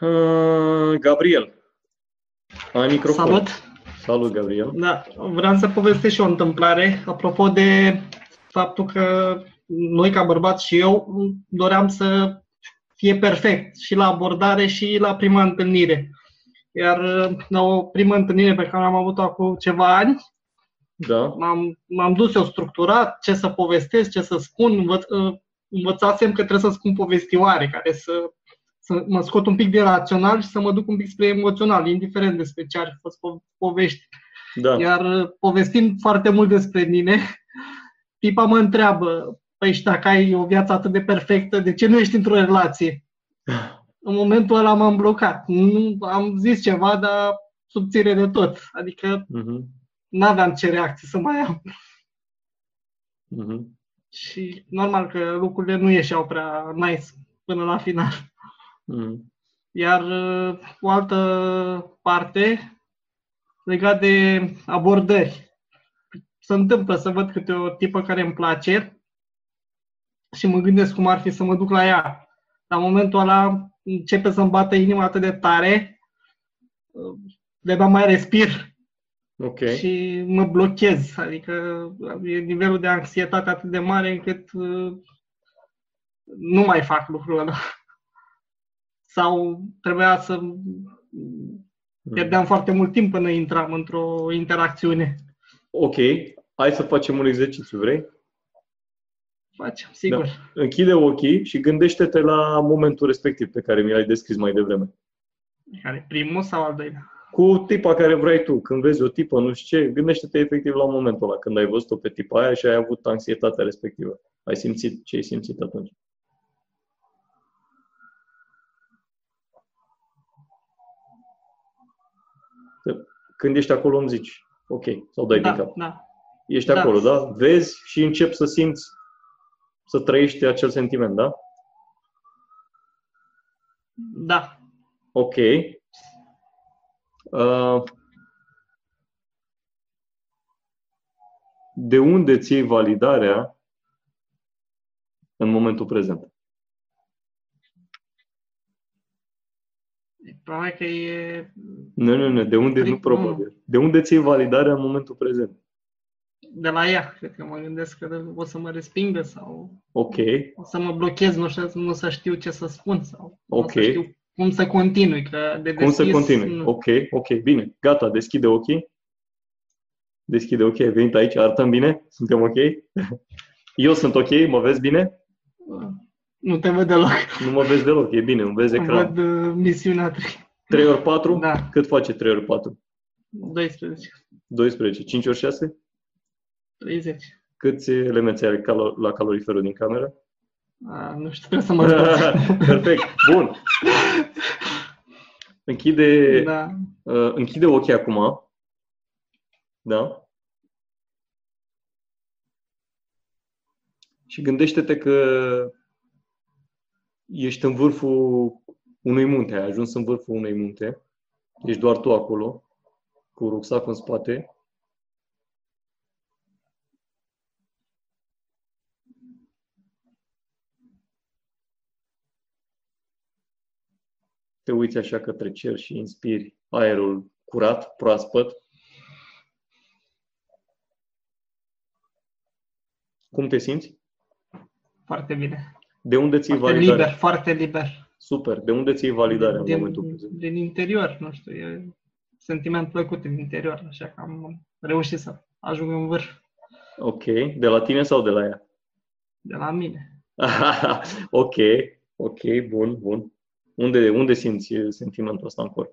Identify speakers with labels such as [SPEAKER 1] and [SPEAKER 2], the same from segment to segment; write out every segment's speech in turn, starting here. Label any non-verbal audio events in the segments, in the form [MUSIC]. [SPEAKER 1] Uh, Gabriel, ai microfon.
[SPEAKER 2] Salut!
[SPEAKER 1] Salut, Gabriel.
[SPEAKER 2] Da, vreau să povestesc și o întâmplare. Apropo de faptul că noi, ca bărbați și eu, doream să fie perfect și la abordare și la prima întâlnire. Iar la o primă întâlnire pe care am avut-o acum ceva ani,
[SPEAKER 1] Da,
[SPEAKER 2] m-am, m-am dus eu structurat, ce să povestesc, ce să spun, învăț, învățasem că trebuie să spun povestioare, care să, să mă scot un pic de rațional și să mă duc un pic spre emoțional, indiferent despre ce ar fi fost po- povești.
[SPEAKER 1] da.
[SPEAKER 2] Iar uh, povestind foarte mult despre mine, [LAUGHS] tipa mă întreabă, păi și dacă ai o viață atât de perfectă, de ce nu ești într-o relație? În momentul ăla m-am blocat. Nu, am zis ceva, dar subțire de tot. Adică
[SPEAKER 1] Mhm,
[SPEAKER 2] n-aveam ce reacție să mai am. [LAUGHS]
[SPEAKER 1] mhm.
[SPEAKER 2] Și normal că lucrurile nu ieșeau prea nice până la final.
[SPEAKER 1] Mhm.
[SPEAKER 2] Iar uh, o altă parte legat de abordări. Se întâmplă să văd câte o tipă care îmi place și mă gândesc cum ar fi să mă duc la ea. La momentul ăla începe să-mi bată inima atât de tare, uh, de abia mai respir
[SPEAKER 1] Ok,
[SPEAKER 2] și mă blochez. Adică e nivelul de anxietate atât de mare încât uh, nu mai fac lucrul ăla. Sau trebuia să...
[SPEAKER 1] Mhm.
[SPEAKER 2] Pierdeam
[SPEAKER 1] Hmm.
[SPEAKER 2] foarte mult timp până intram într-o interacțiune.
[SPEAKER 1] ok. Hai să facem un exercițiu, vrei?
[SPEAKER 2] Facem, sigur.
[SPEAKER 1] Închide ochii și gândește-te la momentul respectiv pe care mi l-ai descris mai devreme.
[SPEAKER 2] Care primul sau al doilea?
[SPEAKER 1] Cu tipa care vrei tu, când vezi o tipă, nu știu ce, gândește-te efectiv la momentul ăla, când ai văzut-o pe tipa aia și ai avut anxietatea respectivă. Ai simțit ce ai simțit atunci. Când ești acolo îmi zici, ok, sau dai din
[SPEAKER 2] da,
[SPEAKER 1] cap.
[SPEAKER 2] da.
[SPEAKER 1] Ești
[SPEAKER 2] Da.
[SPEAKER 1] acolo, da? Vezi și începi să simți, să trăiești acel sentiment, da?
[SPEAKER 2] Da.
[SPEAKER 1] Ok. Uh, de unde ți iei validarea în momentul prezent?
[SPEAKER 2] Probabil că e...
[SPEAKER 1] Nu, nu, nu, de unde, nu
[SPEAKER 2] Adică-
[SPEAKER 1] probabil. De unde ți iei validarea în momentul prezent?
[SPEAKER 2] De la ea, cred că mă gândesc că o să mă respingă sau
[SPEAKER 1] Ok,
[SPEAKER 2] o să mă blochez, nu, știu, nu o să știu ce să spun sau nu o
[SPEAKER 1] Ok.
[SPEAKER 2] să știu cum să continui. Că de
[SPEAKER 1] cum să
[SPEAKER 2] deschis,
[SPEAKER 1] continui?
[SPEAKER 2] nu.
[SPEAKER 1] Ok, ok, bine, gata, deschide ochii. Deschide ochii, ai venit aici, arătăm bine? Suntem ok? [LAUGHS] Eu sunt ok, mă vezi bine?
[SPEAKER 2] Nu te văd deloc.
[SPEAKER 1] Nu mă vezi deloc, e bine, îmi vezi ecran.
[SPEAKER 2] Văd uh, misiunea 3.
[SPEAKER 1] 3 ori 4?
[SPEAKER 2] Da,
[SPEAKER 1] Cât face 3 ori 4?
[SPEAKER 2] 12,
[SPEAKER 1] 12. 5 ori 6?
[SPEAKER 2] 30.
[SPEAKER 1] Câți elemente are calo- la caloriferul din cameră?
[SPEAKER 2] A, nu știu, trebuie să mă
[SPEAKER 1] [LAUGHS]
[SPEAKER 2] spun.
[SPEAKER 1] Perfect. Bun. Închide, da.
[SPEAKER 2] da.
[SPEAKER 1] uh, închide ochii acum. Da? Și gândește-te că ești în vârful unui munte, ai ajuns în vârful unui munte, ești doar tu acolo, cu rucsacul în spate, te uiți așa către cer și inspiri aerul curat, proaspăt. Cum te simți?
[SPEAKER 2] Foarte bine.
[SPEAKER 1] De unde ții
[SPEAKER 2] Foarte
[SPEAKER 1] validarea?
[SPEAKER 2] liber, foarte liber.
[SPEAKER 1] Super. De unde ții validarea în
[SPEAKER 2] din,
[SPEAKER 1] momentul prezent?
[SPEAKER 2] Din interior, nu știu, e sentiment plăcut din interior, așa că am reușit să ajung în vârf
[SPEAKER 1] Ok. De la tine sau de la ea? [LAUGHS]
[SPEAKER 2] de la mine.
[SPEAKER 1] ok. Ok. Bun, bun. Unde, unde simți eh, sentimentul ăsta în corp?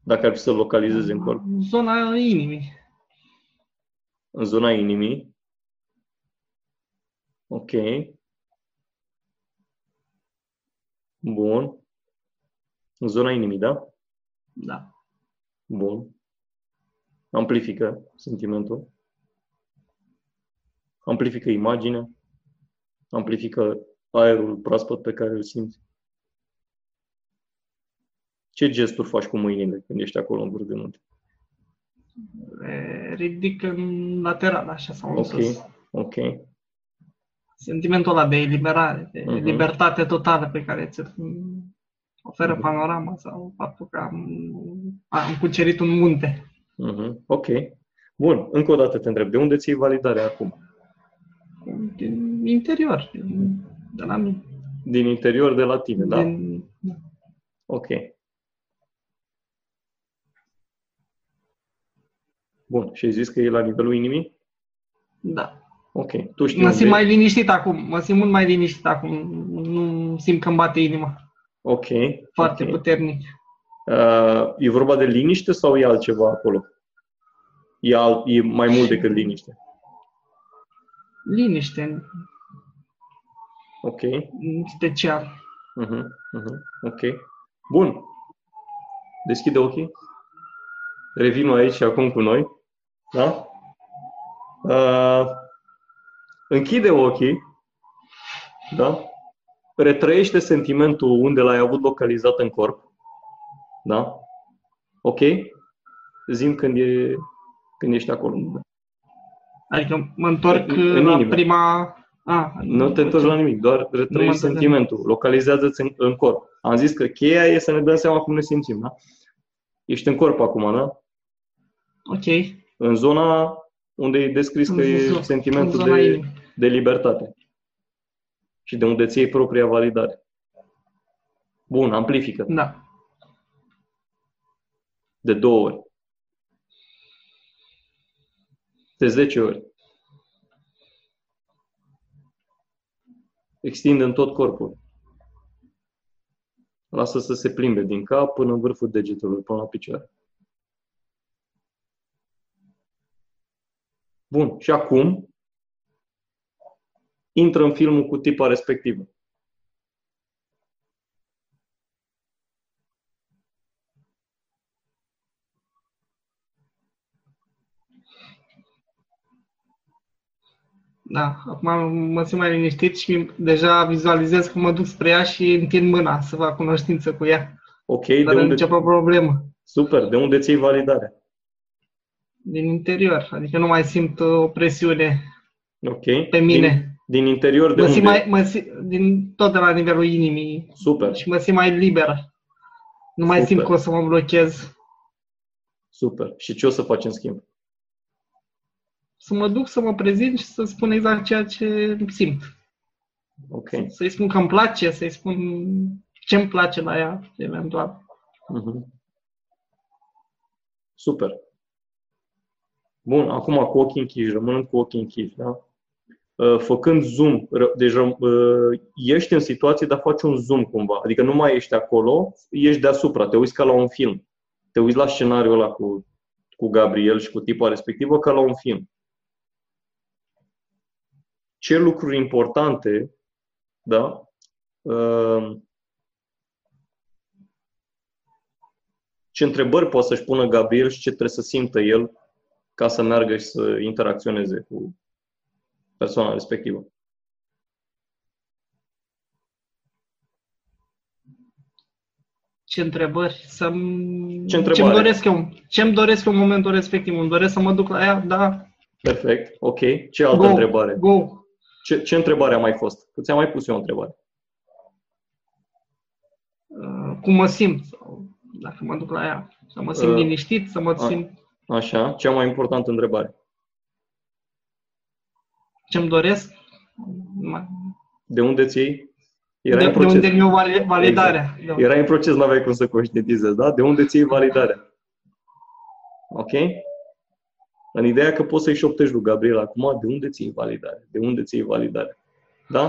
[SPEAKER 1] Dacă ar fi să-l localizezi în corp.
[SPEAKER 2] Zona inimii.
[SPEAKER 1] În zona inimii. Ok. Bun. În zona inimii, da?
[SPEAKER 2] Da.
[SPEAKER 1] Bun. Amplifică sentimentul. Amplifică imaginea. Amplifică aerul proaspăt pe care îl simți. Ce gesturi faci cu mâinile când ești acolo în vârf de munte?
[SPEAKER 2] Le ridic în lateral, așa, sau în
[SPEAKER 1] Ok.
[SPEAKER 2] sus.
[SPEAKER 1] Ok.
[SPEAKER 2] Sentimentul ăla de eliberare, de
[SPEAKER 1] Mhm.
[SPEAKER 2] libertate totală pe care ți Oferă panorama sau faptul că am, am cucerit un munte.
[SPEAKER 1] Uh-huh. Ok. Bun. Încă o dată te întreb. De unde ții validarea acum?
[SPEAKER 2] Din interior, din- de la mine.
[SPEAKER 1] Din interior de la tine, da?
[SPEAKER 2] Din,
[SPEAKER 1] Ok. Bun. Și ai zis că e la nivelul inimii?
[SPEAKER 2] da.
[SPEAKER 1] Ok. Tu știi
[SPEAKER 2] Mă
[SPEAKER 1] unde
[SPEAKER 2] simt
[SPEAKER 1] e?
[SPEAKER 2] mai liniștit acum. Mă simt mult mai liniștit acum. Nu simt că îmi bate inima
[SPEAKER 1] Ok.
[SPEAKER 2] foarte
[SPEAKER 1] ok.
[SPEAKER 2] puternic.
[SPEAKER 1] Uh, e vorba de liniște sau e altceva acolo? E, alt, e mai mult decât liniște.
[SPEAKER 2] Liniște, în
[SPEAKER 1] Ok.
[SPEAKER 2] în special.
[SPEAKER 1] Uh-huh. Uh-huh. Ok. Bun. Deschide ochii. Revin aici și acum cu noi. Da? Uh, închide ochii. Da? Retrăiește sentimentul unde l-ai avut localizat în corp. Da? Ok? Zim când, e, când ești acolo.
[SPEAKER 2] Adică mă întorc
[SPEAKER 1] În- în
[SPEAKER 2] la
[SPEAKER 1] inimă.
[SPEAKER 2] prima... A,
[SPEAKER 1] Nu te întorci la nimic, doar
[SPEAKER 2] Nu mă
[SPEAKER 1] retrăiești
[SPEAKER 2] întorc la
[SPEAKER 1] sentimentul, localizează-ți în, în corp. Am zis că cheia e să ne dăm seama cum ne simțim, da? Ești în corp acum, da?
[SPEAKER 2] Ok.
[SPEAKER 1] În zona unde e descris că e
[SPEAKER 2] În zo- în
[SPEAKER 1] sentimentul
[SPEAKER 2] zona
[SPEAKER 1] de,
[SPEAKER 2] inimii.
[SPEAKER 1] de libertate și de unde ți iei propria validare. Bun, amplifică
[SPEAKER 2] Da.
[SPEAKER 1] de două ori. De 10 ori. Extinde în tot corpul. Lasă să se plimbe din cap până în vârful degetelor, până la picioare. Bun. Și acum intră în filmul cu tipa respectivă.
[SPEAKER 2] Da, acum mă simt mai liniștit și deja vizualizez că mă duc spre ea și întind mâna să fac cunoștință cu ea.
[SPEAKER 1] Ok, de
[SPEAKER 2] Dar nu
[SPEAKER 1] unde...
[SPEAKER 2] începe o problemă
[SPEAKER 1] Super, de unde ții validarea?
[SPEAKER 2] din interior. Adică nu mai simt uh, o presiune
[SPEAKER 1] Ok.
[SPEAKER 2] pe mine.
[SPEAKER 1] Din, din interior de
[SPEAKER 2] mă
[SPEAKER 1] unde?
[SPEAKER 2] simt mai, mă simt, din, tot de la nivelul inimii
[SPEAKER 1] Super.
[SPEAKER 2] și mă simt mai liberă. Nu mai
[SPEAKER 1] Super.
[SPEAKER 2] simt că o să mă blochez.
[SPEAKER 1] Super. Și ce o să faci în schimb?
[SPEAKER 2] Să mă duc să mă prezint și să spun exact ceea ce simt.
[SPEAKER 1] Ok.
[SPEAKER 2] Să-i spun că îmi place, să-i spun ce îmi place la ea, eventual.
[SPEAKER 1] Mhm. Super. Bun, acum cu ochii închiși, rămânând cu ochii închiși, da? Uh, Făcând zoom, ră- deci răm- uh, ești în situație, dar faci un zoom cumva. Adică nu mai ești acolo, ești deasupra, te uiți ca la un film. Te uiți la scenariul ăla cu, cu Gabriel și cu tipa respectivă ca la un film. Ce lucruri importante, da? Uh, ce întrebări poate să-și pună Gabriel și ce trebuie să simtă el ca să meargă și să interacționeze cu persoana respectivă.
[SPEAKER 2] Ce întrebări? Să-mi...
[SPEAKER 1] Ce întrebare?
[SPEAKER 2] Ce-mi doresc eu? Ce-mi doresc eu în momentul respectiv? Îmi doresc să mă duc la ea? Da,
[SPEAKER 1] Perfect, ok. Ce altă
[SPEAKER 2] Go.
[SPEAKER 1] întrebare?
[SPEAKER 2] go.
[SPEAKER 1] Ce, ce întrebare a mai fost? Că ți-am mai pus eu o întrebare.
[SPEAKER 2] Uh, Cum mă simt? Sau dacă mă duc la ea. Să mă simt
[SPEAKER 1] Uh,
[SPEAKER 2] liniștit, să mă
[SPEAKER 1] a-
[SPEAKER 2] simt...
[SPEAKER 1] Așa, cea mai importantă întrebare.
[SPEAKER 2] Ce-mi doresc? Mai-
[SPEAKER 1] De unde ți iei? Era
[SPEAKER 2] de,
[SPEAKER 1] în
[SPEAKER 2] de
[SPEAKER 1] proces.
[SPEAKER 2] unde mi-o vali- validarea. Exact.
[SPEAKER 1] Era în proces, nu aveai cum să conștientizezi, da? De unde ți iei validarea? Ok? În ideea că poți să-i șoptești lui Gabriel acum, de unde ți iei validare? De unde ți iei validare? Da?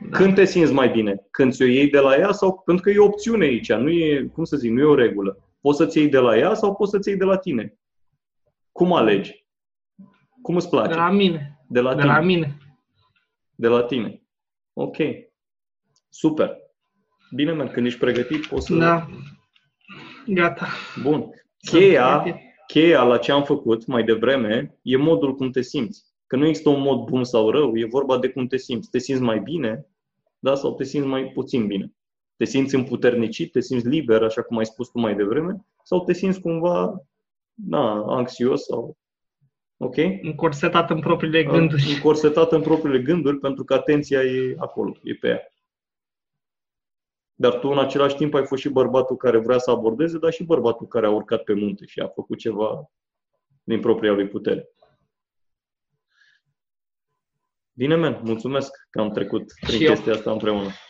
[SPEAKER 2] Da.
[SPEAKER 1] Când te simți mai bine? Când ți-o iei de la ea sau pentru că e o opțiune aici, nu e, cum să zic, nu e o regulă. Poți să-ți iei de la ea sau poți să-ți iei de la tine. Cum alegi? Cum îți place?
[SPEAKER 2] De la mine.
[SPEAKER 1] de la
[SPEAKER 2] De
[SPEAKER 1] tine.
[SPEAKER 2] la mine.
[SPEAKER 1] De la tine. Ok. Super. Bine, man, când ești pregătit, poți să...
[SPEAKER 2] Da. Gata.
[SPEAKER 1] Bun.
[SPEAKER 2] Sunt
[SPEAKER 1] Cheia,
[SPEAKER 2] pregătit.
[SPEAKER 1] cheia la ce am făcut mai devreme e modul cum te simți. Că nu există un mod bun sau rău, e vorba de cum te simți. Te simți mai bine, da, sau te simți mai puțin bine. Te simți împuternicit, te simți liber, așa cum ai spus tu mai devreme, sau te simți cumva, na, anxios sau... Ok?
[SPEAKER 2] Încorsetat în propriile gânduri.
[SPEAKER 1] Încorsetat în propriile gânduri, pentru că atenția e acolo, e pe ea. Dar tu în același timp ai fost și bărbatul care vrea să abordeze, dar și bărbatul care a urcat pe munte și a făcut ceva din propria lui putere. Bine, men, mulțumesc că am trecut prin
[SPEAKER 2] Și eu.
[SPEAKER 1] chestia asta împreună.